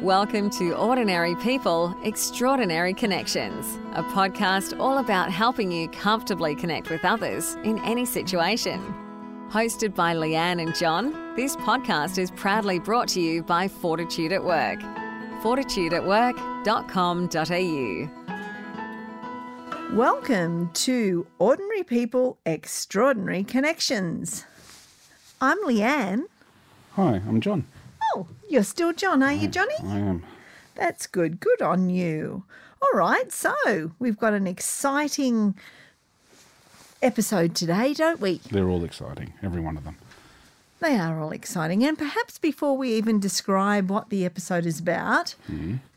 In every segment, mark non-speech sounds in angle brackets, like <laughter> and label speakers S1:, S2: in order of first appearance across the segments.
S1: Welcome to Ordinary People, Extraordinary Connections, a podcast all about helping you comfortably connect with others in any situation. Hosted by Leanne and John, this podcast is proudly brought to you by Fortitude at Work. fortitudeatwork.com.au.
S2: Welcome to Ordinary People Extraordinary Connections. I'm Leanne.
S3: Hi, I'm John.
S2: Oh, you're still John, are you, Johnny?
S3: I am.
S2: That's good. Good on you. All right, so we've got an exciting episode today, don't we?
S3: They're all exciting, every one of them.
S2: They are all exciting. And perhaps before we even describe what the episode is about,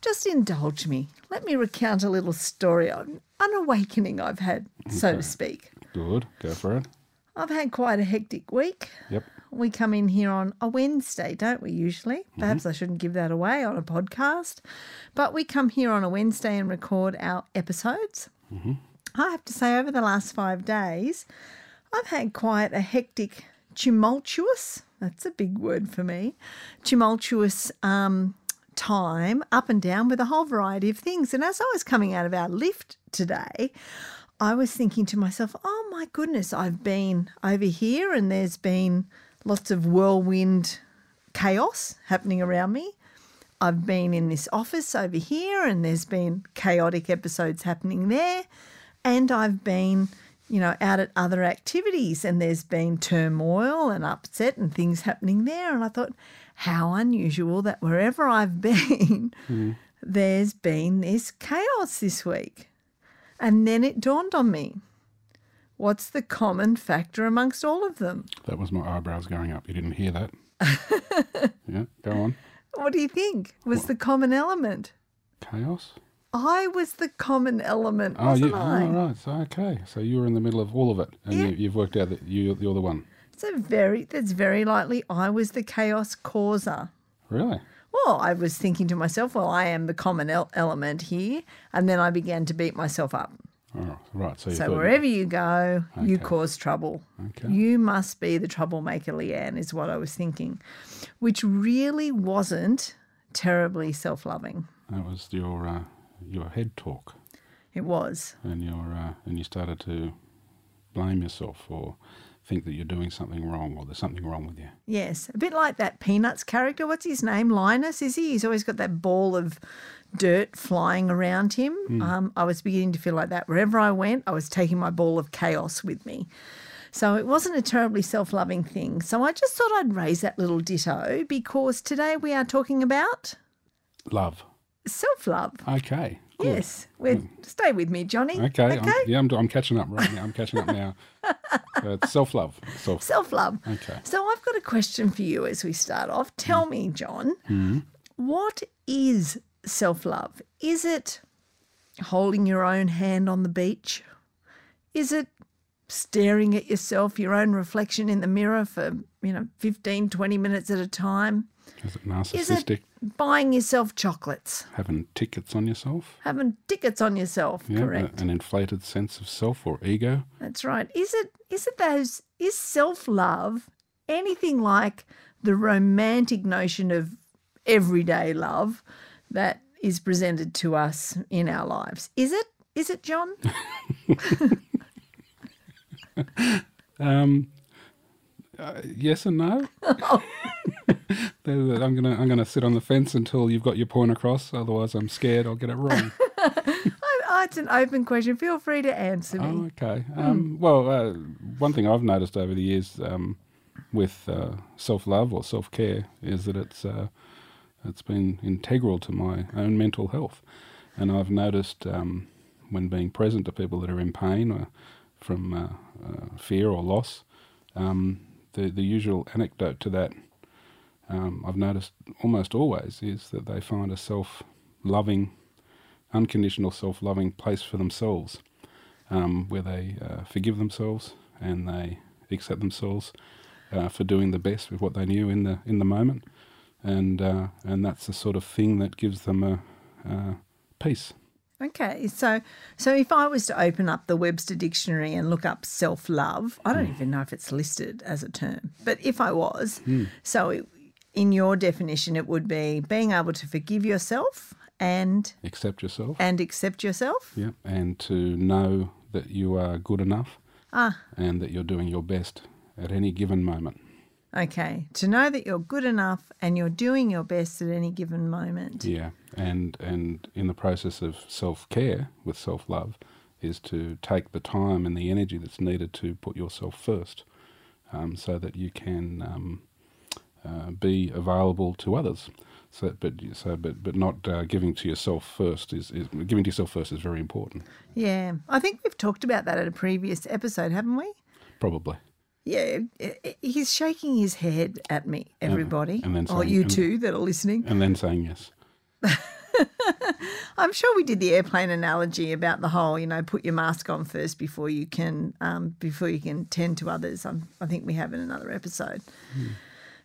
S2: just indulge me. Let me recount a little story, an an awakening I've had, so to speak.
S3: Good. Go for it.
S2: I've had quite a hectic week.
S3: Yep.
S2: We come in here on a Wednesday, don't we, usually? Perhaps I shouldn't give that away on a podcast, but we come here on a Wednesday and record our episodes. I have to say, over the last five days, I've had quite a hectic, tumultuous, that's a big word for me, tumultuous um, time up and down with a whole variety of things. And as I was coming out of our lift today, I was thinking to myself, oh my goodness, I've been over here and there's been lots of whirlwind chaos happening around me. I've been in this office over here and there's been chaotic episodes happening there. And I've been, you know, out at other activities and there's been turmoil and upset and things happening there. And I thought, how unusual that wherever I've <laughs> been, there's been this chaos this week. And then it dawned on me what's the common factor amongst all of them?
S3: That was my eyebrows going up. You didn't hear that. yeah, go on.
S2: What do you think was the common element?
S3: Chaos.
S2: I was the common element,
S3: Oh,
S2: wasn't
S3: you.
S2: I?
S3: Oh, right. So, okay. So you were in the middle of all of it, and you, you've worked out that you, you're the one.
S2: So very, that's very likely I was the chaos causer.
S3: Really?
S2: Well, I was thinking to myself, well, I am the common el- element here, and then I began to beat myself up.
S3: Oh, right. So, you
S2: So
S3: thought-
S2: wherever you go, you
S3: Okay.
S2: cause trouble.
S3: Okay.
S2: You must be the troublemaker, Leanne, is what I was thinking, which really wasn't terribly self-loving.
S3: that was your uh, your head talk,
S2: It was.
S3: and your uh, and you started to blame yourself or think that you're doing something wrong or there's something wrong with you.
S2: Yes, a bit like that Peanuts character. What's his name? Linus, is he? He's always got that ball of dirt flying around him.
S3: Hmm.
S2: Um, I was beginning to feel like that. Wherever I went, I was taking my ball of chaos with me. So it wasn't a terribly self loving thing. So I just thought I'd raise that little ditto because today we are talking about
S3: Love.
S2: self love.
S3: Okay. Good. Hmm.
S2: Yes, we're, stay with me, Johnny.
S3: Okay. I'm, yeah, I'm, do- I'm catching up right now. I'm catching up now. uh, self love. Self.
S2: Self love.
S3: Okay.
S2: So I've got a question for you as we start off. Tell me, John, what is self love? Is it holding your own hand on the beach? Is it staring at yourself, your own reflection in the mirror for, you know, 15, 20 minutes at a time?
S3: Is it
S2: Is
S3: narcissistic?
S2: it buying yourself chocolates?
S3: Having tickets on yourself?
S2: Having tickets on yourself,
S3: Yeah, a-
S2: correct?
S3: An inflated sense of self or ego?
S2: That's right. Is it is it those is self love anything like the romantic notion of everyday love that is presented to us in our lives? Is it? Is it, John?
S3: Um, uh, yes and no. <laughs> There- there- I'm gonna I'm gonna sit on the fence until you've got your point across. Otherwise, I'm scared I'll get it wrong.
S2: I, I- oh, it's an open question. Feel free to answer me.
S3: Oh, okay. Um, well, uh, one thing I've noticed over the years um, with uh, self-love or self-care is that it's uh, it's been integral to my own mental health, and I've noticed um, when being present to people that are in pain or from uh, uh, fear or loss, um, the the usual anecdote to that um, I've noticed almost always is that they find a self-loving, unconditional self-loving place for themselves um, where they uh, forgive themselves and they accept themselves uh, for doing the best with what they knew in the in the moment, and uh, and that's the sort of thing that gives them a, uh peace.
S2: Okay, so so if I was to open up the Webster dictionary and look up self love, I don't even know if it's listed as a term, but if I was, so it, in your definition, it would be being able to forgive yourself and
S3: accept yourself.
S2: and accept yourself.
S3: Yeah, and to know that you are good enough
S2: Ah,
S3: and that you're doing your best at any given moment.
S2: okay. To know that you're good enough and you're doing your best at any given moment.
S3: Yeah, and and in the process of self care with self love, is to take the time and the energy that's needed to put yourself first, um, so that you can um, uh, be available to others. So, but so, but but not uh, giving to yourself first is, is giving to yourself first is very important.
S2: Yeah. I think we've talked about that at a previous episode, haven't we?
S3: Probably.
S2: Yeah, i- i- he's shaking his head at me, everybody.
S3: and then
S2: or
S3: saying-
S2: you
S3: and-
S2: two that are listening.
S3: And then saying yes.
S2: I'm sure we did the airplane analogy about the whole, you know, put your mask on first before you can um, before you can tend to others. i I think we have in another episode.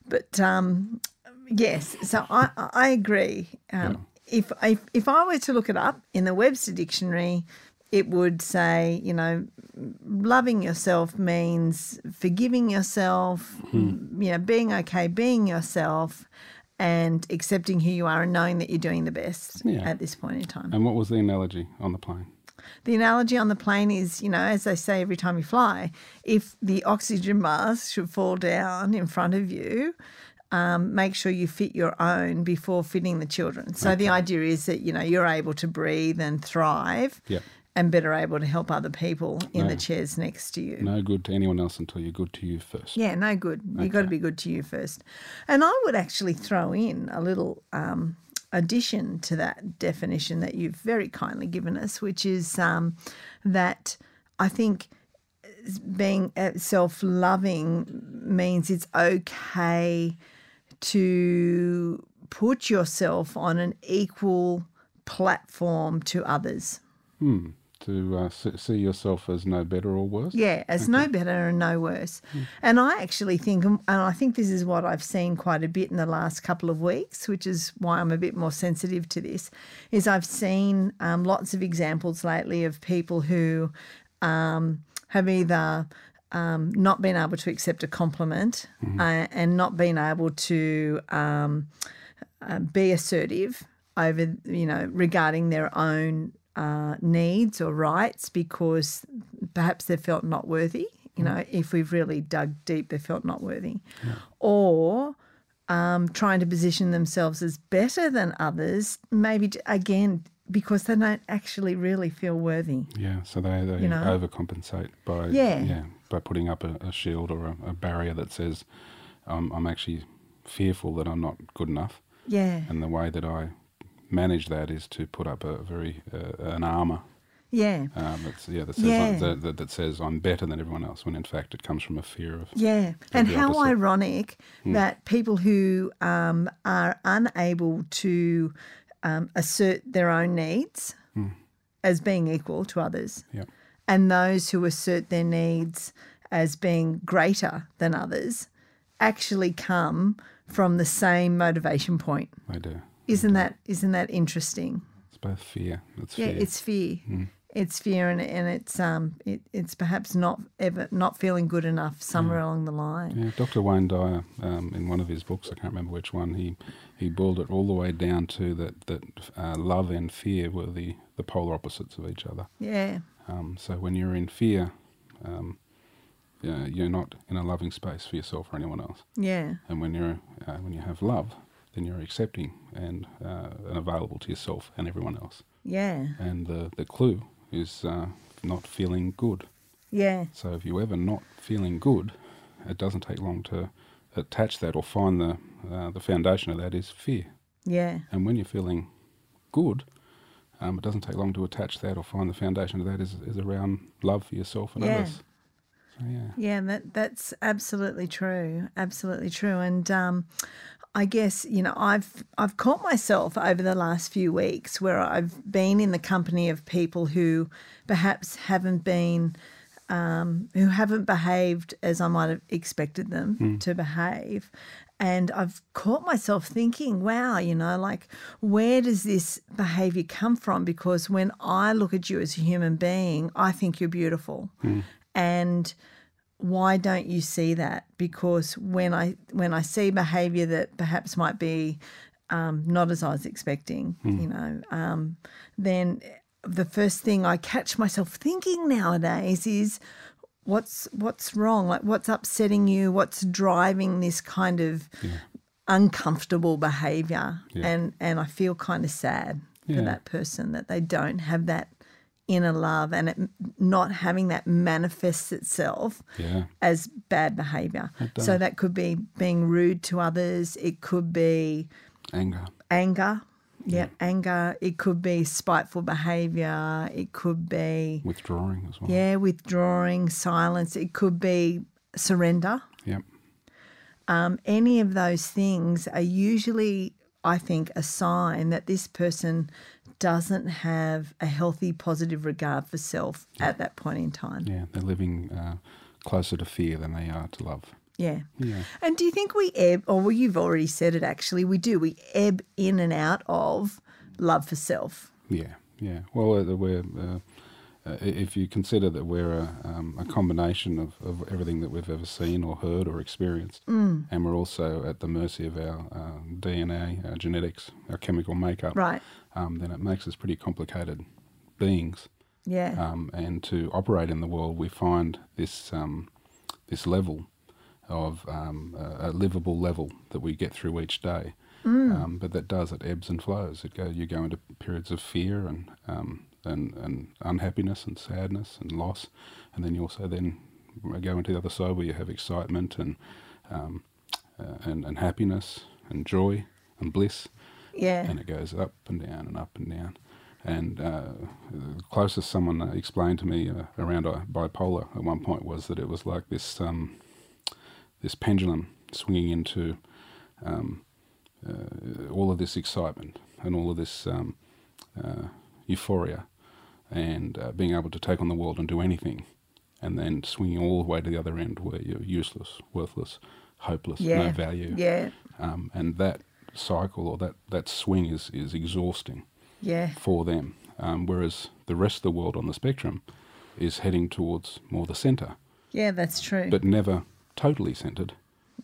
S2: But um, yes, so I, I I agree. Um, if, if if I were to look it up in the Webster dictionary, it would say, you know, loving yourself means forgiving yourself, you know, being okay, being yourself. And accepting who you are and knowing that you're doing the best
S3: Yeah.
S2: at this point in time.
S3: And what was the analogy on the plane?
S2: The analogy on the plane is, you know, as they say every time you fly, if the oxygen mask should fall down in front of you, um, make sure you fit your own before fitting the children. So the idea is that, you know, you're able to breathe and thrive
S3: Yep.
S2: and better able to help other people in the
S3: No.
S2: chairs next to you.
S3: No good to anyone else until you're good to you first.
S2: Yeah, no good. You've got to be good to you first. And I would actually throw in a little um, addition to that definition that you've very kindly given us, which is um, that I think uh, being self loving means it's okay to put yourself on an equal platform to others.
S3: To uh, se- see yourself as no better or worse.
S2: Yeah, as no better and no worse. And I actually think, and I think this is what I've seen quite a bit in the last couple of weeks, which is why I'm a bit more sensitive to this, is I've seen um, lots of examples lately of people who um, have either um, not been able to accept a compliment uh, and not been able to um, uh, be assertive over, you know, regarding their own uh, needs or rights because perhaps they felt not worthy. You know, if we've really dug deep, they felt not worthy, or um, trying to position themselves as better than others, maybe j- again because they don't actually really feel worthy.
S3: Yeah, so they, they
S2: know?
S3: overcompensate by
S2: Yeah.
S3: by putting up a, a shield or a, a barrier that says um, I'm actually fearful that I'm not good enough,
S2: Yeah,
S3: and the way that I manage that is to put up a very uh, an armor
S2: yeah.
S3: um, that's, yeah, that says
S2: Yeah.
S3: I'm, that, that, that says I'm better than everyone else when in fact it comes from a fear of
S2: Yeah, and
S3: the
S2: how
S3: opposite. Hmm.
S2: ironic that people who um, are unable to um, assert their own needs
S3: Hmm.
S2: as being equal to others,
S3: yeah
S2: and those who assert their needs as being greater than others, actually come from the same motivation point.
S3: they do.
S2: Isn't that isn't that interesting?
S3: It's both fear. It's
S2: Yeah,
S3: fear.
S2: it's fear.
S3: Hmm.
S2: It's fear, and, and it's um, it, it's perhaps not ever not feeling good enough
S3: Hmm.
S2: somewhere along the line.
S3: Yeah, Dr. Wayne Dyer, um, in one of his books, I can't remember which one, he, he boiled it all the way down to that, that uh, love and fear were the, the polar opposites of each other.
S2: yeah.
S3: Um, so when you're in fear, um, yeah, you're not in a loving space for yourself or anyone else.
S2: Yeah.
S3: And when, you're, uh, when you have love, then you're accepting and, uh, and available to yourself and everyone else.
S2: Yeah.
S3: And the, the clue is uh, not feeling good.
S2: Yeah.
S3: So if you're ever not feeling good, it doesn't take long to attach that or find the uh, the foundation of that is fear.
S2: Yeah.
S3: And when you're feeling good, um, it doesn't take long to attach that or find the foundation of that is, is around love for yourself and
S2: Yeah.
S3: others. So yeah,
S2: Yeah. That that's absolutely true. Absolutely true. And um, I guess you know I've I've caught myself over the last few weeks where I've been in the company of people who perhaps haven't been. um, who haven't behaved as I might have expected them to behave. And I've caught myself thinking, wow, you know, like, where does this behavior come from? Because when I look at you as a human being, I think you're beautiful. And why don't you see that? Because when I when I see behaviour that perhaps might be um, not as I was expecting, you know, um, then the first thing I catch myself thinking nowadays is what's what's wrong? Like what's upsetting you? What's driving this kind of uncomfortable behaviour? And and I feel kind of sad
S3: Yeah.
S2: for that person that they don't have that inner love and it not having that manifests itself
S3: Yeah.
S2: as bad behavior. So that could be being rude to others, it could be
S3: Anger.
S2: anger. Yeah, anger. It could be spiteful behavior. It could be,
S3: Withdrawing as well.
S2: yeah, withdrawing, silence. It could be surrender.
S3: Yep.
S2: Um, any of those things are usually, I think, a sign that this person doesn't have a healthy, positive regard for self at that point in time.
S3: Yeah. They're living uh, closer to fear than they are to love.
S2: Yeah. And do you think we ebb, or well, you've already said it actually, we do, we ebb in and out of love for self.
S3: Yeah, yeah. Well, uh, we're uh, uh, i- if you consider that we're a, um, a combination of, of everything that we've ever seen or heard or experienced, and we're also at the mercy of our uh, DNA, our genetics, our chemical makeup,
S2: Right.
S3: um, then it makes us pretty complicated beings.
S2: Yeah.
S3: Um, and to operate in the world, we find this um, this level of um, a, a livable level that we get through each day. Um, but that does it ebbs and flows. It go, you go into periods of fear and um, and and unhappiness and sadness and loss, and then you also then go into the other side where you have excitement and um, uh, and, and happiness and joy and bliss
S2: yeah.
S3: and it goes up and down and up and down. And uh, the closest someone uh, explained to me uh, around uh, bipolar at one point was that it was like this um, this pendulum swinging into um, uh, all of this excitement and all of this um, uh, euphoria and uh, being able to take on the world and do anything, and then swinging all the way to the other end where you're useless, worthless, hopeless,
S2: yeah.
S3: no value
S2: Yeah.
S3: um, and that cycle or that, that swing is, is exhausting
S2: Yeah.
S3: for them. Um, whereas the rest of the world on the spectrum is heading towards more the centre,
S2: Yeah, that's true.
S3: but never totally centred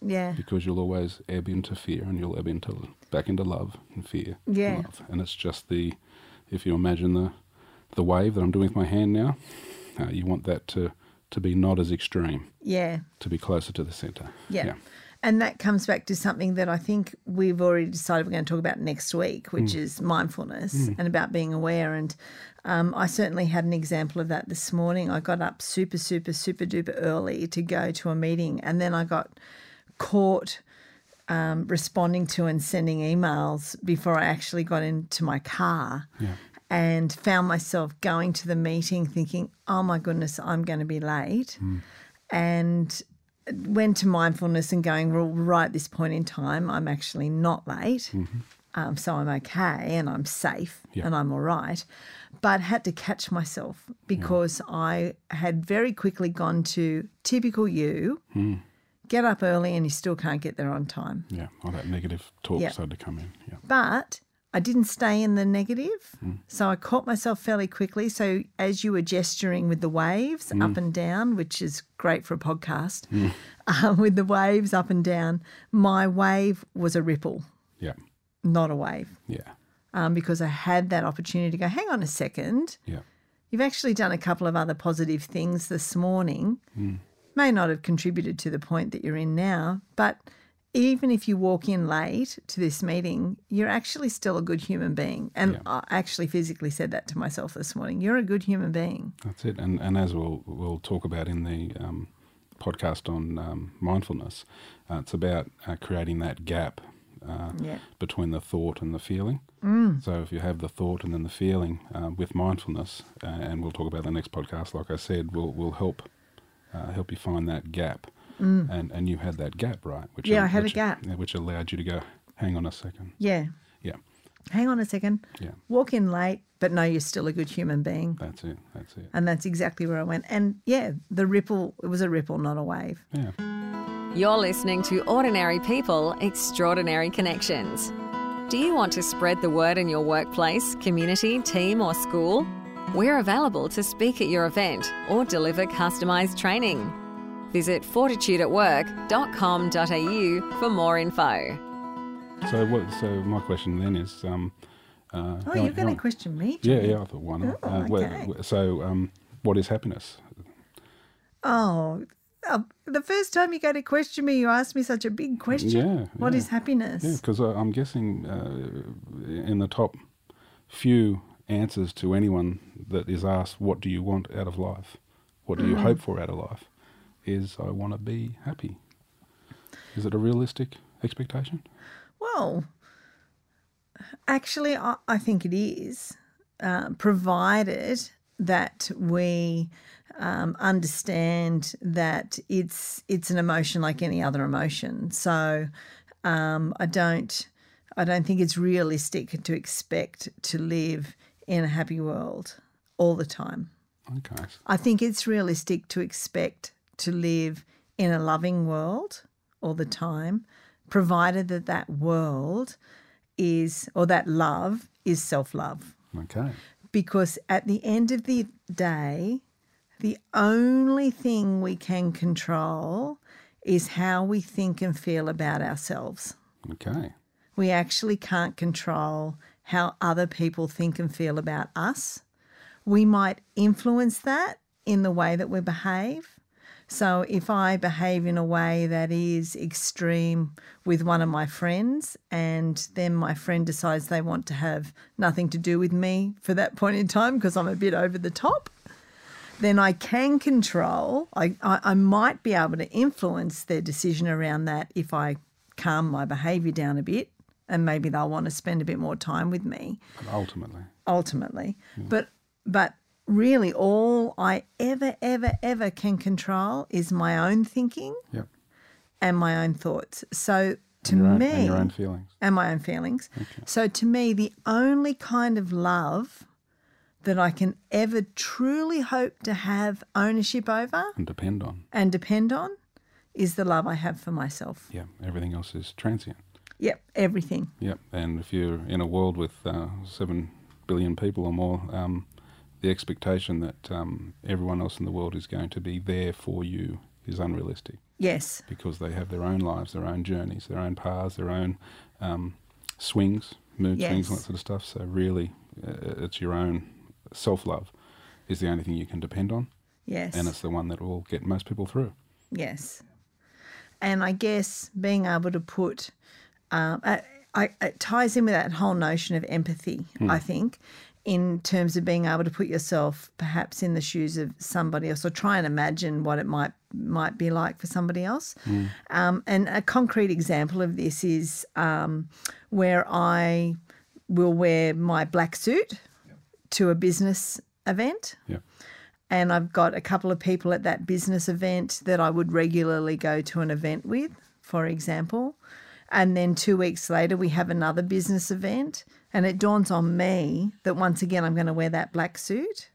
S2: yeah.
S3: because you'll always ebb into fear and you'll ebb into back into love and fear. and
S2: Yeah.
S3: love. And it's just the, if you imagine the, the wave that I'm doing with my hand now, uh, you want that to, to be not as extreme,
S2: Yeah.
S3: to be closer to the centre.
S2: Yeah. And that comes back to something that I think we've already decided we're going to talk about next week, which is mindfulness and about being aware. And um, I certainly had an example of that this morning. I got up super, super, super duper early to go to a meeting, and then I got caught um, responding to and sending emails before I actually got into my car. And found myself going to the meeting thinking, oh my goodness, I'm going to be late. And went to mindfulness and going, well, right at this point in time, I'm actually not late. Um, so I'm okay and I'm safe
S3: Yeah.
S2: and I'm all right. But had to catch myself because I had very quickly gone to typical you, get up early and you still can't get there on time.
S3: Yeah. All that negative talk
S2: Yeah.
S3: started to come in. Yeah.
S2: But I didn't stay in the negative. So I caught myself fairly quickly. So as you were gesturing with the waves up and down, which is great for a podcast, <laughs> uh, with the waves up and down, my wave was a ripple,
S3: Yeah.
S2: not a wave,
S3: Yeah.
S2: um, because I had that opportunity to go, hang on a second.
S3: Yeah.
S2: You've actually done a couple of other positive things this morning.
S3: Hmm.
S2: May not have contributed to the point that you're in now, but even if you walk in late to this meeting, you're actually still a good human being. And I actually physically said that to myself this morning. You're a good human being.
S3: That's it. And and as we'll we'll talk about in the um, podcast on um, mindfulness, uh, it's about uh, creating that gap uh,
S2: Yeah.
S3: between the thought and the feeling.
S2: Mm.
S3: So if you have the thought and then the feeling uh, with mindfulness, uh, and we'll talk about the next podcast, like I said, will will help uh, help you find that gap. And and you had that gap, right? Which
S2: Mm. Yeah,
S3: al-
S2: I had a
S3: which-
S2: gap.
S3: yeah, which allowed you to go. Hang on a second.
S2: Yeah.
S3: Yeah,
S2: Hang on a second.
S3: Yeah.
S2: Walk in late, but no, you're still a good human being.
S3: that's it. That's it.
S2: And that's exactly where I went. And yeah, the ripple, it was a ripple, not a wave.
S3: Yeah.
S1: You're listening to Ordinary People, Extraordinary Connections. Do you want to spread the word in your workplace, community, team, or school? We're available to speak at your event or deliver customized training. Visit fortitudeatwork.com.au for more info.
S3: So what? So my question then is, um, uh,
S2: Oh,
S3: how-
S2: you're going
S3: how-
S2: to question me?
S3: Yeah,
S2: Jimmy.
S3: yeah. I thought why not?
S2: Oh,
S3: Uh, wh-
S2: okay.
S3: wh- so um, what is happiness?
S2: Oh, uh, the first time you go to question me, you ask me such a big question.
S3: Yeah,
S2: What
S3: yeah.
S2: is happiness?
S3: Yeah, because I'm guessing uh, in the top few answers to anyone that is asked, "What do you want out of life? What
S2: Mm.
S3: do you hope for out of life?" is "I want to be happy." Is it a realistic expectation?
S2: Well, actually, I, I think it is, uh, provided that we um, understand that it's it's an emotion like any other emotion. So um, I don't I don't think it's realistic to expect to live in a happy world all the time.
S3: Okay.
S2: I think it's realistic to expect to live in a loving world all the time, provided that that world is, or that love is self love.
S3: Okay.
S2: Because at the end of the day, the only thing we can control is how we think and feel about ourselves.
S3: Okay.
S2: We actually can't control how other people think and feel about us. We might influence that in the way that we behave. So, if I behave in a way that is extreme with one of my friends, and then my friend decides they want to have nothing to do with me for that point in time because I'm a bit over the top, then I can control, I, I, I might be able to influence their decision around that if I calm my behavior down a bit and maybe they'll want to spend a bit more time with me
S3: But ultimately,
S2: ultimately.
S3: Hmm.
S2: But but really all I ever, ever, ever can control is my own thinking
S3: yep.
S2: and my own thoughts. So to
S3: Your own,
S2: me
S3: and your own feelings.
S2: and my own feelings. So to me, the only kind of love that I can ever truly hope to have ownership over
S3: and depend on.
S2: and depend on is the love I have for myself.
S3: Yeah, everything else is transient.
S2: Yep, everything.
S3: Yep, and if you're in a world with uh, seven billion people or more, um, the expectation that um, everyone else in the world is going to be there for you is unrealistic
S2: Yes.
S3: because they have their own lives, their own journeys, their own paths, their own um, swings, mood swings, and that
S2: Yes.
S3: sort of stuff. So really, uh, it's your own self-love is the only thing you can depend on,
S2: Yes.
S3: and it's the one that will get most people through.
S2: Yes. And I guess being able to put, um, I, I, it ties in with that whole notion of empathy, I think, in terms of being able to put yourself perhaps in the shoes of somebody else or try and imagine what it might might be like for somebody else. Um, and a concrete example of this is um, where I will wear my black suit to a business event
S3: Yeah,
S2: and I've got a couple of people at that business event that I would regularly go to an event with, for example. And then two weeks later, we have another business event, and it dawns on me that once again, I'm going to wear that black suit.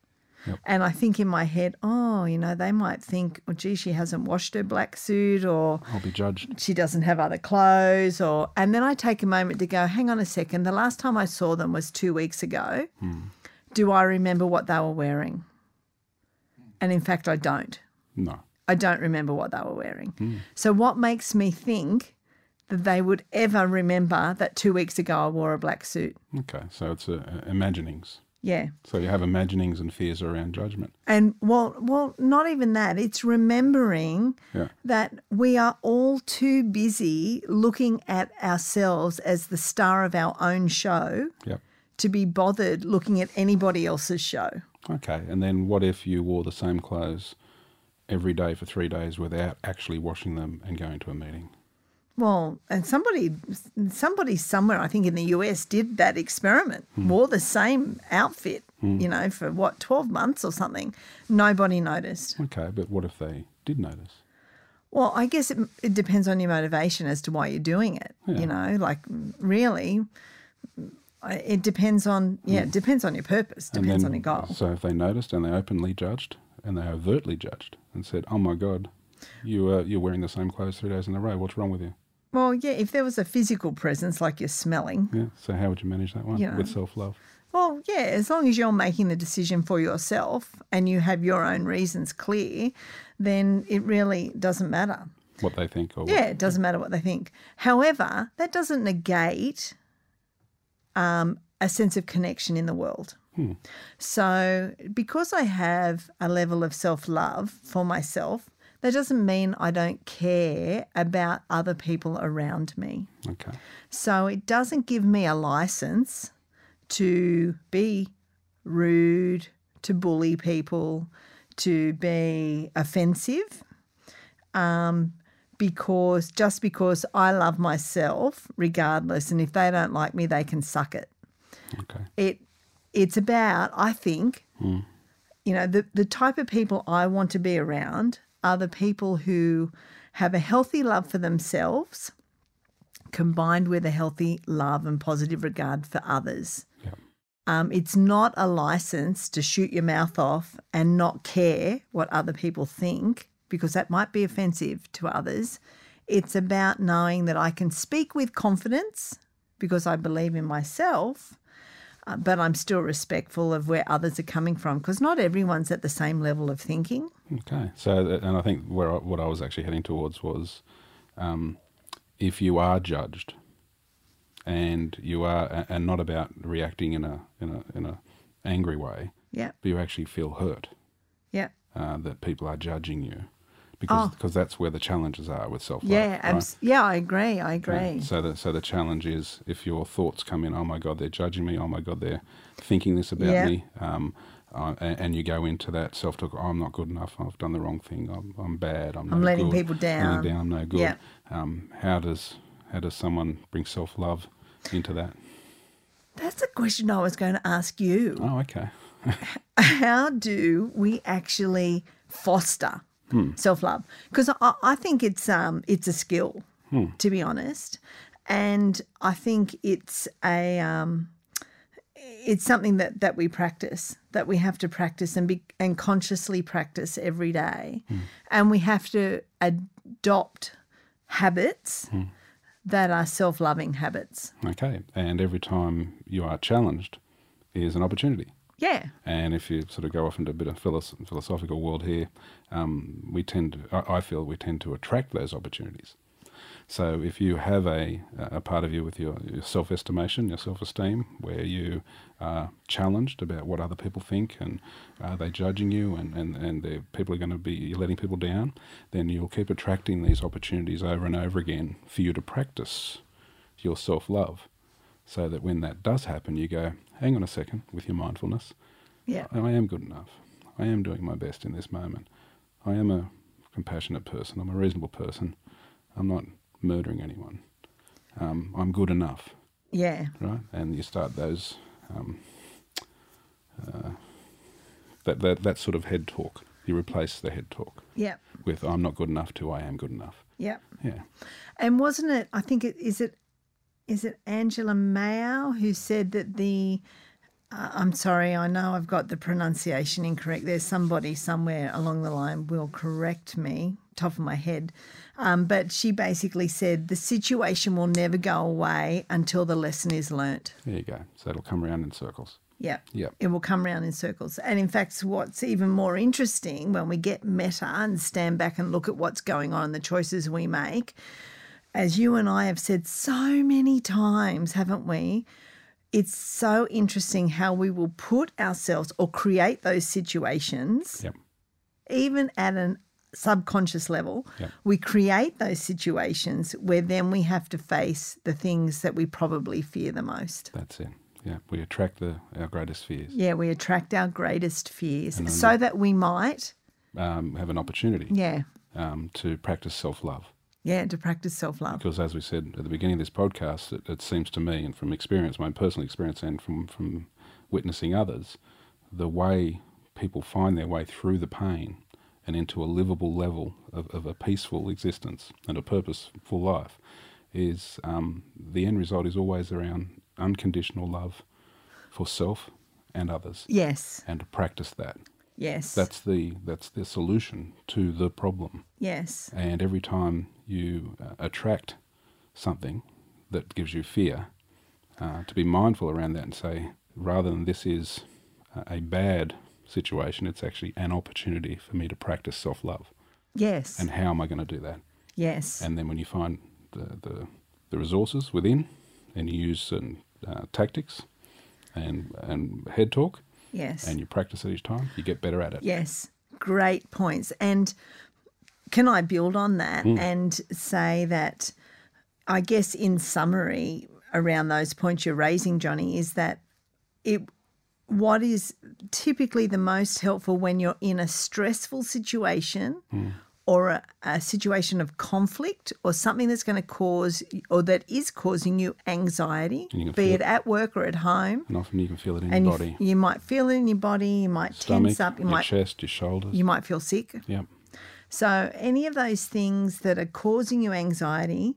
S3: Yep.
S2: And I think in my head, oh, you know, they might think, oh, gee, she hasn't washed her black suit, or
S3: I'll be judged.
S2: she doesn't have other clothes or and then I take a moment to go, hang on a second, the last time I saw them was two weeks ago. Do I remember what they were wearing? And in fact I don't.
S3: No.
S2: I don't remember what they were wearing. So what makes me think that they would ever remember that two weeks ago I wore a black suit?
S3: Okay, so it's uh, imaginings.
S2: Yeah.
S3: So you have imaginings and fears around judgment.
S2: And well well not even that. It's remembering
S3: Yeah.
S2: that we are all too busy looking at ourselves as the star of our own show
S3: Yep.
S2: to be bothered looking at anybody else's show.
S3: Okay. And then what if you wore the same clothes every day for three days without actually washing them and going to a meeting?
S2: Well, and somebody, somebody somewhere, I think in the US, did that experiment,
S3: Hmm.
S2: wore the same outfit, you know, for what, 12 months or something. Nobody noticed.
S3: Okay, but what if they did notice?
S2: Well, I guess it, it depends on your motivation as to why you're doing it. You know, like really, I- it depends on yeah, it depends on your purpose,
S3: Hmm. And
S2: depends
S3: then-
S2: on your goal.
S3: So if they noticed and they openly judged and they overtly judged and said, "Oh my God, you uh, you're wearing the same clothes three days in a row. What's wrong with you?"
S2: Well, yeah, if there was a physical presence like you're smelling,
S3: Yeah. So how would you manage that one
S2: Yeah.
S3: with self love?
S2: well, yeah, as long as you're making the decision for yourself and you have your own reasons clear, then it really doesn't matter.
S3: What they think or
S2: Yeah, it doesn't matter what they think. However, that doesn't negate um, a sense of connection in the world. So, because I have a level of self love for myself, that doesn't mean I don't care about other people around me.
S3: What, okay.
S2: So it doesn't give me a license to be rude, to bully people, to be offensive, um, because just because I love myself, regardless, and if they don't like me, they can suck it.
S3: Okay.
S2: It it's about I think, you know, the the type of people I want to be around are the people who have a healthy love for themselves combined with a healthy love and positive regard for others.
S3: Yep.
S2: Um, it's not a license to shoot your mouth off and not care what other people think because that might be offensive to others. It's about knowing that I can speak with confidence because I believe in myself, uh, but I'm still respectful of where others are coming from because not everyone's at the same level of thinking.
S3: Okay. So, th- and I think where I, what I was actually heading towards was, um, if you are judged, and you are, a- and not about reacting in a in a in a angry way,
S2: Yeah,
S3: but you actually feel hurt
S2: yeah.
S3: uh, that people are judging you, because because that's where the challenges are with self love.
S2: Yeah, abs- yeah, I agree. I agree.
S3: Yeah, So the so the challenge is if your thoughts come in, oh my God, they're judging me. Oh my God, they're thinking this about
S2: Yeah.
S3: me. Um, I, a- and you go into that self talk. Oh, I'm not good enough. I've done the wrong thing. I'm, I'm bad. I'm,
S2: I'm
S3: no
S2: letting
S3: good.
S2: people down."
S3: I'm down. I'm no good.
S2: Yeah.
S3: Um, how does how does someone bring self love into that?
S2: That's a question I was going to ask you.
S3: Oh, okay.
S2: how do we actually foster self love? Because I, I think it's um it's a skill, to be honest, and I think it's a um it's something that that we practice that we have to practice and be and consciously practice every day, and we have to adopt habits that are self loving habits.
S3: Okay. And every time you are challenged, is an opportunity.
S2: Yeah.
S3: And if you sort of go off into a bit of philosoph- philosophical world here, um, we tend to, I, I feel we tend to attract those opportunities. So if you have a, a part of you with your, your self-estimation, your self-esteem, where you are challenged about what other people think and are they judging you and, and, and the people are going to be you're letting people down, then you'll keep attracting these opportunities over and over again for you to practice your self-love. So that when that does happen, you go, hang on a second with your mindfulness.
S2: Yeah.
S3: I am good enough. I am doing my best in this moment. I am a compassionate person. I'm a reasonable person. I'm not murdering anyone. Um, I'm good enough,
S2: Yeah.
S3: right? And you start those um, uh, that, that that sort of head talk. You replace the head talk
S2: Yeah.
S3: with "I'm not good enough" to "I am good enough."
S2: Yeah.
S3: Yeah,
S2: And wasn't it? I think it is it is it Angela Mao who said that the. Uh, I'm sorry, I know I've got the pronunciation incorrect. There's somebody somewhere along the line will correct me, top of my head. Um, but she basically said the situation will never go away until the lesson is learnt.
S3: there you go. So it'll come around in circles.
S2: Yeah.
S3: Yep.
S2: It will come round in circles. And in fact, what's even more interesting when we get meta and stand back and look at what's going on and the choices we make, as you and I have said so many times, haven't we? It's so interesting how we will put ourselves or create those situations,
S3: Yep.
S2: even at an subconscious level.
S3: Yep.
S2: We create those situations where then we have to face the things that we probably fear the most.
S3: That's it. Yeah, we attract the our greatest fears.
S2: Yeah, we attract our greatest fears so that we might,
S3: Um, have an opportunity
S2: yeah,
S3: um, to practice self-love.
S2: yeah, to practice self love.
S3: because as we said at the beginning of this podcast, it, it seems to me, and from experience, my own personal experience, and from from witnessing others, the way people find their way through the pain and into a livable level of, of a peaceful existence and a purposeful life is um, the end result is always around unconditional love for self and others,
S2: Yes,
S3: and to practice that.
S2: yes,
S3: That's the that's the solution to the problem.
S2: yes,
S3: And every time you uh, attract something that gives you fear, uh, to be mindful around that and say, rather than this is a- a bad situation, it's actually an opportunity for me to practice self love.
S2: Yes.
S3: And how am I going to do that?
S2: yes.
S3: And then when you find the, the, the resources within and you use certain uh, tactics and, and head talk
S2: yes.
S3: and you practice it each time, you get better at it.
S2: Yes, great points. And can I build on that
S3: Hmm.
S2: and say that I guess in summary around those points you're raising, Johnny, is that it what is typically the most helpful when you're in a stressful situation
S3: Hmm.
S2: or a, a situation of conflict or something that's going to cause or that is causing you anxiety,
S3: And you can
S2: be
S3: feel
S2: it at work or at home.
S3: And often you can feel it in
S2: And
S3: your
S2: you,
S3: body,
S2: f- you might feel it in your body, you might
S3: stomach,
S2: tense up, you
S3: your
S2: might
S3: chest, your shoulders.
S2: you might feel sick.
S3: yep.
S2: So, any of those things that are causing you anxiety,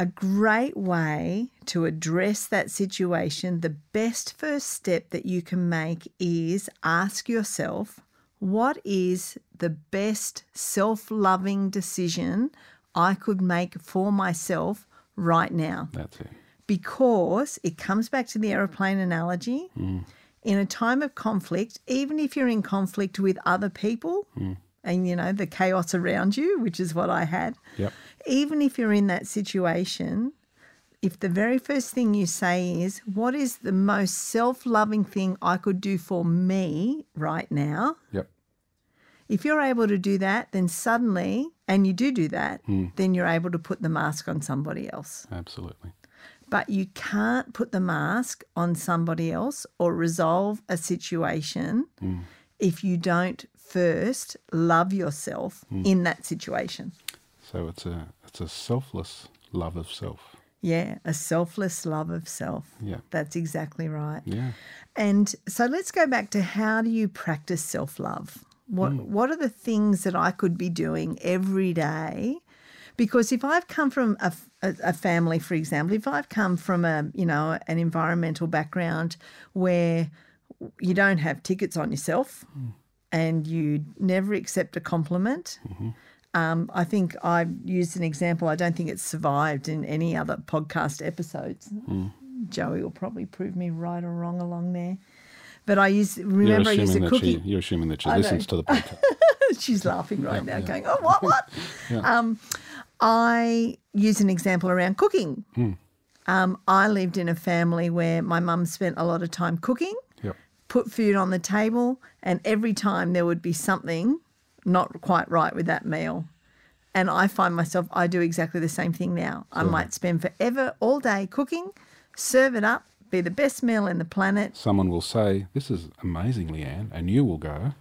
S2: a great way to address that situation, the best first step that you can make is ask yourself, what is the best self loving decision I could make for myself right now?
S3: That's it.
S2: because it comes back to the aeroplane analogy. In a time of conflict, even if you're in conflict with other people and you know the chaos around you, which is what I had,
S3: Yep.
S2: even if you're in that situation, if the very first thing you say is, What is the most self loving thing I could do for me right now?
S3: Yep.
S2: If you're able to do that, then suddenly, and you do do that, then you're able to put the mask on somebody else
S3: Absolutely.
S2: but you can't put the mask on somebody else or resolve a situation
S3: Mm.
S2: if you don't first love yourself
S3: Mm.
S2: in that situation.
S3: So it's a it's a selfless love of self.
S2: Yeah, a selfless love of self.
S3: Yeah.
S2: That's exactly right.
S3: Yeah.
S2: And so let's go back to how do you practice self love? What,
S3: Mm.
S2: what are the things that I could be doing every day? Because if I've come from a, f- a- a family, for example, if I've come from a you know an environmental background where you don't have tickets on yourself
S3: Hmm.
S2: and you never accept a compliment,
S3: Mm-hmm.
S2: um, I think I used an example. I don't think it's survived in any other podcast episodes.
S3: Hmm.
S2: Joey will probably prove me right or wrong along there. But I used remember I
S3: you're
S2: used
S3: assuming
S2: a
S3: that
S2: cookie.
S3: she you're assuming that she
S2: I know.
S3: listens to the podcast.
S2: <laughs> She's laughing right now, going, "Oh, what, what?" um, I use an example around cooking. Um, I lived in a family where my mum spent a lot of time cooking,
S3: <laughs> yep.
S2: put food on the table, and every time there would be something not quite right with that meal. And I find myself, I do exactly the same thing now. I might spend forever, all day cooking, serve it up, be the best meal in the planet.
S3: Someone will say, This is amazing, Leanne, and you will go,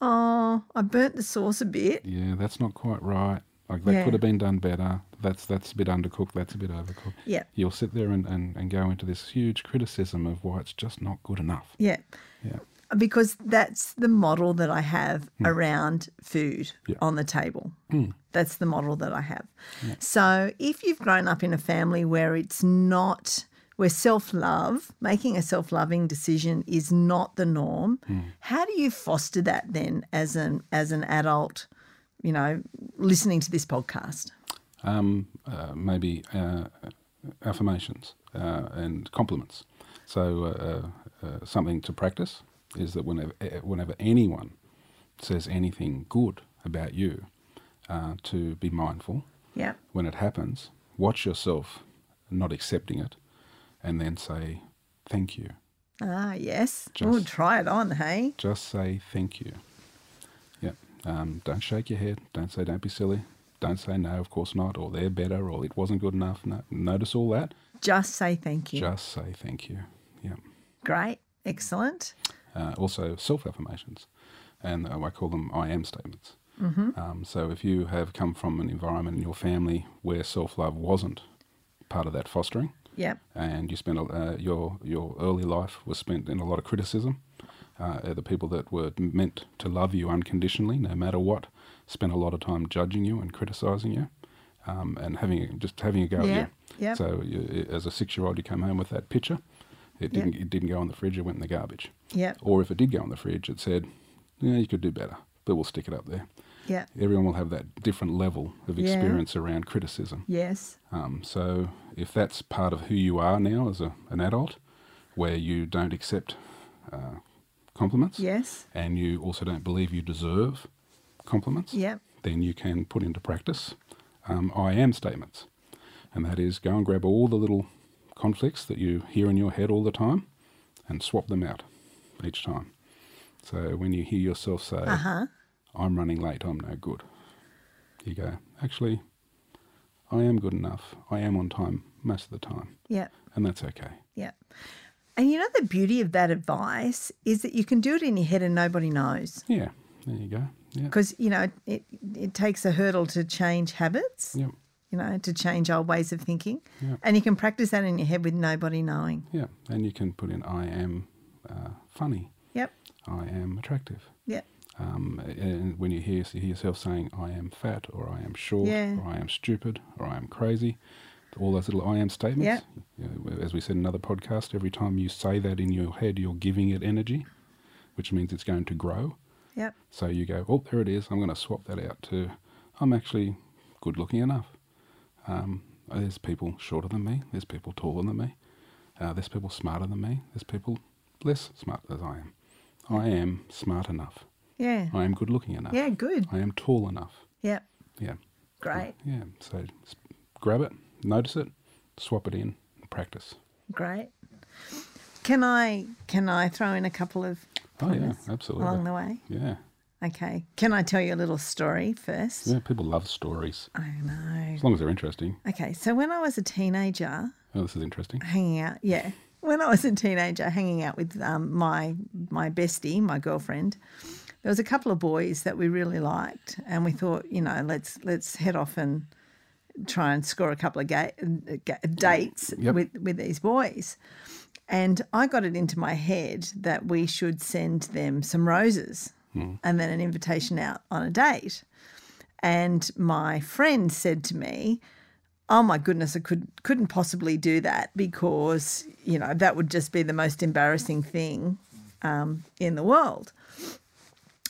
S2: Oh, I burnt the sauce a bit.
S3: Yeah, that's not quite right. Like that
S2: Yeah.
S3: could have been done better. That's that's a bit undercooked, that's a bit overcooked.
S2: Yeah.
S3: You'll sit there and, and, and go into this huge criticism of why it's just not good enough.
S2: Yeah.
S3: Yeah.
S2: because that's the model that I have around food
S3: Hmm. Yeah. Hmm.
S2: on the table. That's the model that I have. So if you've grown up in a family where it's not where self-love, making a self-loving decision is not the norm,
S3: Hmm.
S2: how do you foster that then as an as an adult, you know, listening to this podcast?
S3: um, uh, maybe uh, affirmations uh, and compliments. So uh, uh, uh, something to practice is that whenever eh, whenever anyone says anything good about you, uh, to be mindful
S2: Yeah.
S3: when it happens. Watch yourself not accepting it, and then say thank you.
S2: Ah, yes. We'll
S3: Just-
S2: try it on, hey?
S3: Just say thank you. Yeah. Um, don't shake your head. Don't say don't be silly. Don't say no, of course not, or they're better, or it wasn't good enough. No, notice all that.
S2: Just say thank you.
S3: Just say thank you. Yeah.
S2: Great. Excellent.
S3: Uh, also, self affirmations, and uh, I call them I am statements. Um, so, if you have come from an environment in your family where self love wasn't part of that fostering,
S2: Yep.
S3: and you spent a- uh, your your early life was spent in a lot of criticism, uh, uh, the people that were meant to love you unconditionally, no matter what, spent a lot of time judging you and criticizing you, um, and having a- just having a go at
S2: Yeah,
S3: you.
S2: yeah.
S3: So, you, as a six year old, you came home with that picture. It
S2: Yeah.
S3: didn't. It didn't go in the fridge. It went in the garbage.
S2: Yep.
S3: Or if it did go in the fridge, it said, yeah, you could do better, but we'll stick it up there.
S2: Yeah.
S3: everyone will have that different level of
S2: Yeah.
S3: experience around criticism.
S2: Yes.
S3: Um, so if that's part of who you are now as a, an adult, where you don't accept uh, compliments
S2: Yes.
S3: and you also don't believe you deserve compliments,
S2: Yep.
S3: then you can put into practice um, I am statements. And that is go and grab all the little conflicts that you hear in your head all the time and swap them out each time. So when you hear yourself say,
S2: Uh huh.
S3: I'm running late, I'm no good, you go, actually, I am good enough, I am on time most of the time,
S2: Yep.
S3: and that's okay.
S2: Yeah. And you know, the beauty of that advice is that you can do it in your head and nobody knows.
S3: Yeah, there you go. Yeah.
S2: Because, you know, it, it takes a hurdle to change habits,
S3: Yeah.
S2: you know, to change old ways of thinking.
S3: Yeah.
S2: And you can practice that in your head with nobody knowing.
S3: Yeah. And you can put in, I am uh, funny,
S2: Yep.
S3: I am attractive.
S2: Yep.
S3: Um, and when you hear, you hear yourself saying, I am fat, or I am short,
S2: Yeah.
S3: or I am stupid, or I am crazy, all those little I am statements, you know, as we said in another podcast, every time you say that in your head, you're giving it energy, which means it's going to grow.
S2: Yep.
S3: So you go, oh, there it is. I'm going to swap that out to, I'm actually good looking enough. Um, there's people shorter than me. There's people taller than me. Uh, there's people smarter than me. There's people less smart as I am. I am smart enough.
S2: Yeah.
S3: I am good looking enough.
S2: Yeah. Good.
S3: I am tall enough.
S2: Yep.
S3: Yeah.
S2: Great.
S3: Yeah. So s- grab it, notice it, swap it in, practice.
S2: Great. Can I can I throw in a couple of
S3: Oh, yeah,
S2: comments
S3: absolutely.
S2: along the way?
S3: Yeah.
S2: Okay. Can I tell you a little story first?
S3: Yeah. People love stories
S2: I know.
S3: as long as they're interesting.
S2: Okay, so when I was a teenager,
S3: Oh, this is interesting.
S2: hanging out, yeah, when I was a teenager, hanging out with um, my my bestie, my girlfriend, there was a couple of boys that we really liked, and we thought, you know, let's let's head off and try and score a couple of ga- ga- dates
S3: Yep.
S2: with with these boys. And I got it into my head that we should send them some roses and then an invitation out on a date. And my friend said to me, "Oh my goodness, I could couldn't possibly do that because you know that would just be the most embarrassing thing um, in the world.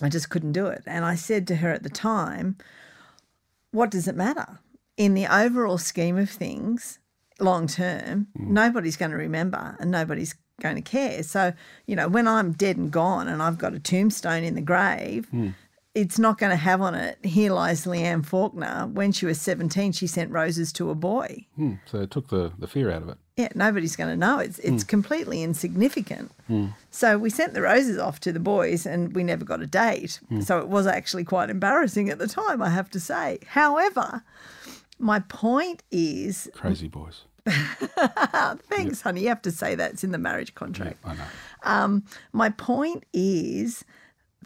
S2: I just couldn't do it." And I said to her at the time, "What does it matter in the overall scheme of things?" Long term, nobody's going to remember and nobody's going to care. So, you know, when I'm dead and gone and I've got a tombstone in the grave, it's not going to have on it. Here lies Leanne Faulkner. When she was 17, she sent roses to a boy.
S3: Hmm. So it took the, the fear out of it.
S2: Yeah, nobody's going to know. It's, it's completely insignificant. So we sent the roses off to the boys and we never got a date. So it was actually quite embarrassing at the time, I have to say. However, my point is
S3: Crazy boys.
S2: oh, thanks, honey. You have to say that's in the marriage contract.
S3: I know.
S2: My point is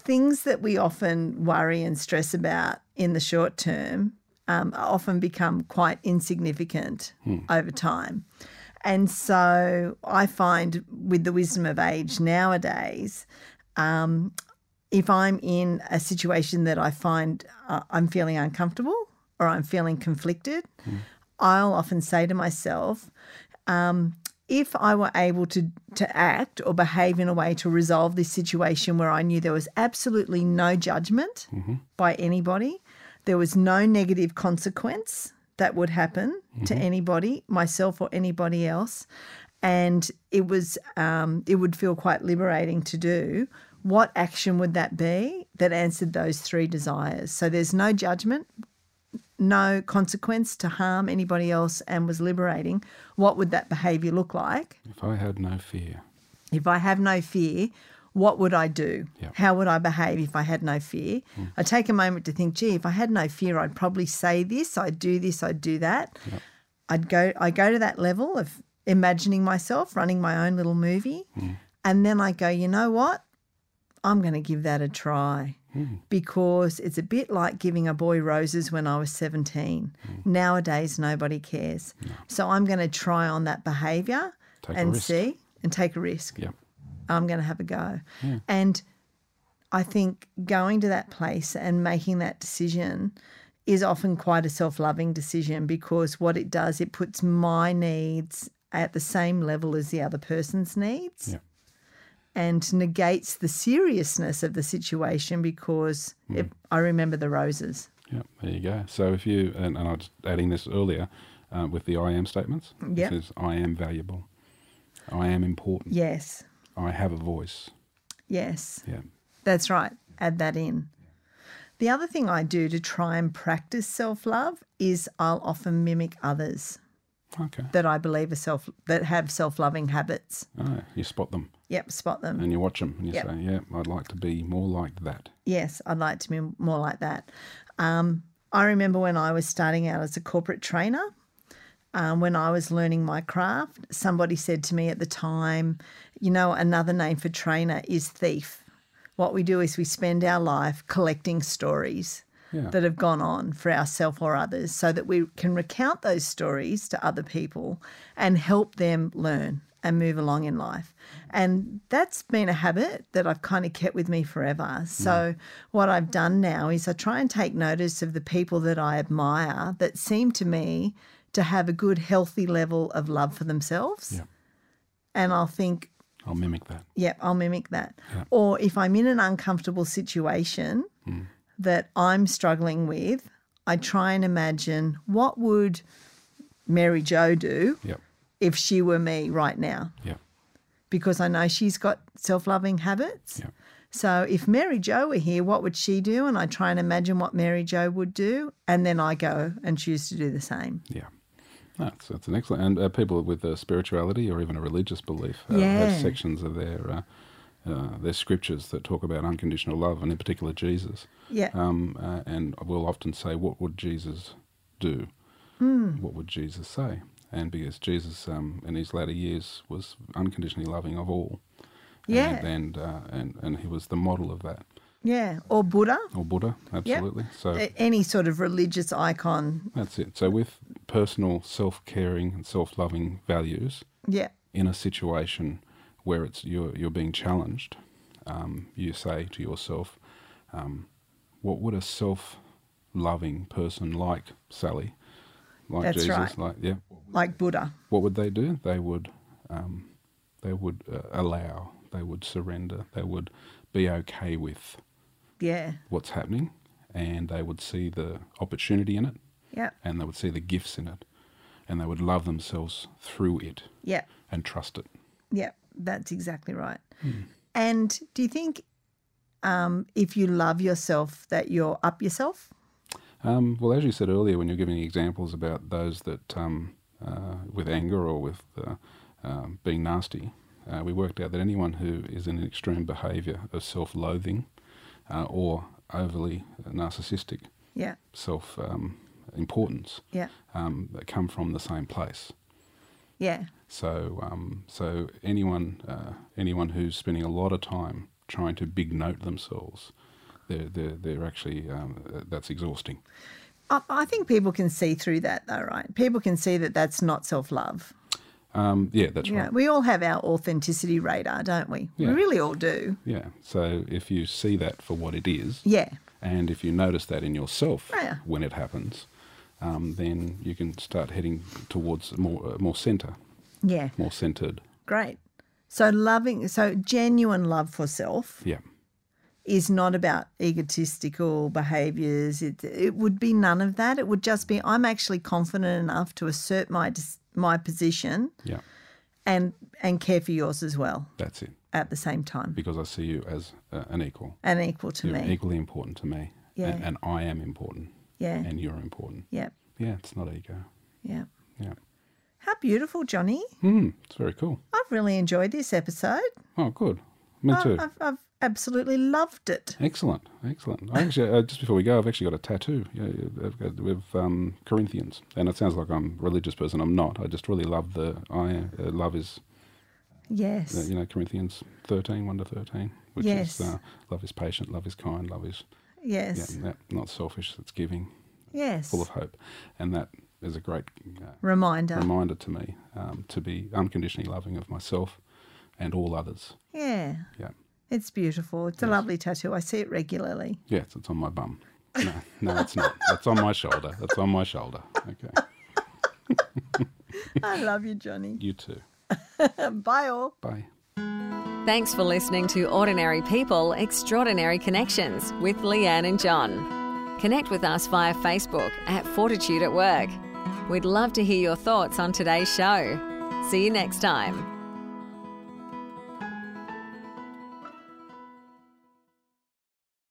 S2: things that we often worry and stress about in the short term um, often become quite insignificant over time. And so I find with the wisdom of age nowadays, um, if I'm in a situation that I find uh, I'm feeling uncomfortable or I'm feeling conflicted, I'll often say to myself, um, if I were able to, to act or behave in a way to resolve this situation where I knew there was absolutely no judgment by anybody, there was no negative consequence that would happen to anybody, myself or anybody else, and it was um, it would feel quite liberating to do what action would that be that answered those three desires so there's no judgment no consequence to harm anybody else and was liberating what would that behavior look like
S3: If I had no fear.
S2: if I have no fear, what would I do?
S3: Yeah.
S2: How would I behave if I had no fear?
S3: Mm.
S2: I take a moment to think, gee, if I had no fear, I'd probably say this, I'd do this, I'd do that. I'd go I go to that level of imagining myself running my own little movie.
S3: Mm.
S2: And then I go, you know what? I'm going to give that a try
S3: Hmm.
S2: because it's a bit like giving a boy roses when I was 17.
S3: Hmm.
S2: Nowadays, nobody cares. So I'm going to try on that behavior
S3: Take a
S2: and
S3: risk.
S2: see and take a risk.
S3: Yep.
S2: I'm going to have a go. And I think going to that place and making that decision is often quite a self loving decision because what it does, it puts my needs at the same level as the other person's needs.
S3: Yeah.
S2: and negates the seriousness of the situation because it, I remember the roses.
S3: Yeah, there you go. So if you, and, and I was adding this earlier uh, with the I am statements.
S2: Yep.
S3: It says, I am valuable. I am important.
S2: Yes,
S3: I have a voice.
S2: yes.
S3: Yeah.
S2: That's right. Add that in. The other thing I do to try and practice self love is I'll often mimic others
S3: Okay.
S2: that I believe are self that have self loving habits.
S3: Oh, you spot them
S2: Yep, spot them.
S3: and you watch them and you
S2: Yep.
S3: say, yeah, I'd like to be more like that.
S2: Yes, I'd like to be more like that. Um, I remember when I was starting out as a corporate trainer, um, when I was learning my craft, somebody said to me at the time, you know, another name for trainer is thief. What we do is we spend our life collecting stories
S3: Yeah.
S2: that have gone on for ourselves or others so that we can recount those stories to other people and help them learn and move along in life. And that's been a habit that I've kind of kept with me forever.
S3: Mm.
S2: So, what I've done now is I try and take notice of the people that I admire that seem to me to have a good, healthy level of love for themselves.
S3: Yeah.
S2: And I'll think,
S3: I'll mimic that.
S2: Yep, I'll mimic that. Or if I'm in an uncomfortable situation that I'm struggling with, I try and imagine what would Mary Jo do
S3: Yep.
S2: if she were me right now?
S3: Yep.
S2: Because I know she's got self-loving habits.
S3: Yep.
S2: So if Mary Jo were here, what would she do? And I try and imagine what Mary Jo would do, and then I go and choose to do the same.
S3: Yeah. That's, that's an excellent. And uh, people with uh, spirituality or even a religious belief uh,
S2: Yeah.
S3: have sections of their uh, uh, their scriptures that talk about unconditional love, and in particular Jesus.
S2: Yeah.
S3: Um, uh, and we'll often say, "What would Jesus do?
S2: Hmm.
S3: What would Jesus say?" And because Jesus, um, in his latter years, was unconditionally loving of all.
S2: Yeah.
S3: And and, uh, and and he was the model of that.
S2: Yeah. Or Buddha.
S3: Or Buddha, absolutely. So
S2: A- Any sort of religious icon.
S3: that's it. So with personal self-caring and self-loving values,
S2: Yeah.
S3: in a situation where it's you're you're being challenged, um, you say to yourself, um, "What would a self-loving person like Sally, like
S2: That's
S3: Jesus,
S2: right.
S3: like yeah,
S2: Like Buddha.
S3: what would they do? They would, um, they would uh, allow, they would surrender, they would be okay with
S2: Yeah.
S3: what's happening, and they would see the opportunity in it,
S2: Yeah.
S3: and they would see the gifts in it, and they would love themselves through it
S2: Yeah,
S3: and trust it."
S2: yeah, that's exactly right.
S3: Hmm.
S2: And do you think um, if you love yourself, that you're up yourself?
S3: Um, well, as you said earlier, when you're giving examples about those that um, uh, with anger or with uh, um, being nasty, uh, we worked out that anyone who is in an extreme behaviour of self-loathing uh, or overly narcissistic
S2: Yeah,
S3: self-importance
S2: yeah,
S3: um, that come from the same place.
S2: yeah,
S3: So, um, so anyone uh, anyone who's spending a lot of time trying to big note themselves, they're they're, they're actually um, that's exhausting.
S2: I, I think people can see through that, though, right? People can see that that's not self love.
S3: Um, yeah, that's
S2: You
S3: right.
S2: know, we all have our authenticity radar, don't we?
S3: Yeah.
S2: We really all do.
S3: Yeah. So if you see that for what it is,
S2: Yeah,
S3: and if you notice that in yourself
S2: Oh, Yeah.
S3: when it happens, um, then you can start heading towards more uh, more centre,
S2: yeah,
S3: more centred.
S2: great. So loving, so genuine love for self
S3: Yeah.
S2: is not about egotistical behaviors. It, it would be none of that. It would just be I'm actually confident enough to assert my dis- my position
S3: Yeah.
S2: and and care for yours as well
S3: That's it.
S2: at the same time
S3: Because I see you as uh, an equal.
S2: and equal to
S3: You're
S2: me.
S3: equally important to me.
S2: Yeah.
S3: And, and I am important.
S2: Yeah.
S3: And you're important.
S2: Yeah.
S3: Yeah. It's not ego.
S2: Yeah.
S3: Yeah.
S2: How beautiful, Johnny.
S3: Hmm. It's very cool.
S2: I've really enjoyed this episode.
S3: Oh, good. Me
S2: I-
S3: too.
S2: I've, I've absolutely loved it.
S3: Excellent, excellent. I actually, uh, just before we go, I've actually got a tattoo yeah, yeah, I've got- with um, Corinthians, and it sounds like I'm a religious person. I'm not. I just really love the I uh, love is
S2: Yes.
S3: uh, you know Corinthians 13, 1 to thirteen, which
S2: Yes.
S3: is uh, love is patient, love is kind, love is yeah,
S2: Yes.
S3: yeah, not selfish. It's giving,
S2: Yes.
S3: full of hope, and that is a great uh,
S2: Reminder.
S3: reminder to me um, to be unconditionally loving of myself and all others.
S2: yeah.
S3: Yeah,
S2: It's beautiful. It's a lovely tattoo. I see it
S3: <laughs>
S2: regularly.
S3: yes, it's on my bum. No, no, it's not. It's on my shoulder. It's on my shoulder. Okay.
S2: I love you, Johnny.
S3: You too.
S2: <laughs> Bye all.
S3: Bye.
S1: Thanks for listening to Ordinary People, Extraordinary Connections with Leanne and John. Connect with us via Facebook at Fortitude at Work. We'd love to hear your thoughts on today's show. See you next time.